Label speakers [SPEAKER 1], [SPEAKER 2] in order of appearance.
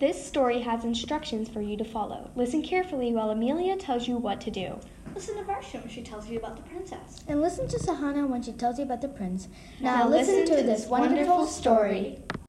[SPEAKER 1] This story has instructions for you to follow. Listen carefully while Amelia tells you what to do.
[SPEAKER 2] Listen to Marcia when she tells you about the princess.
[SPEAKER 3] And listen to Sahana when she tells you about the prince. Now, listen, to this wonderful story.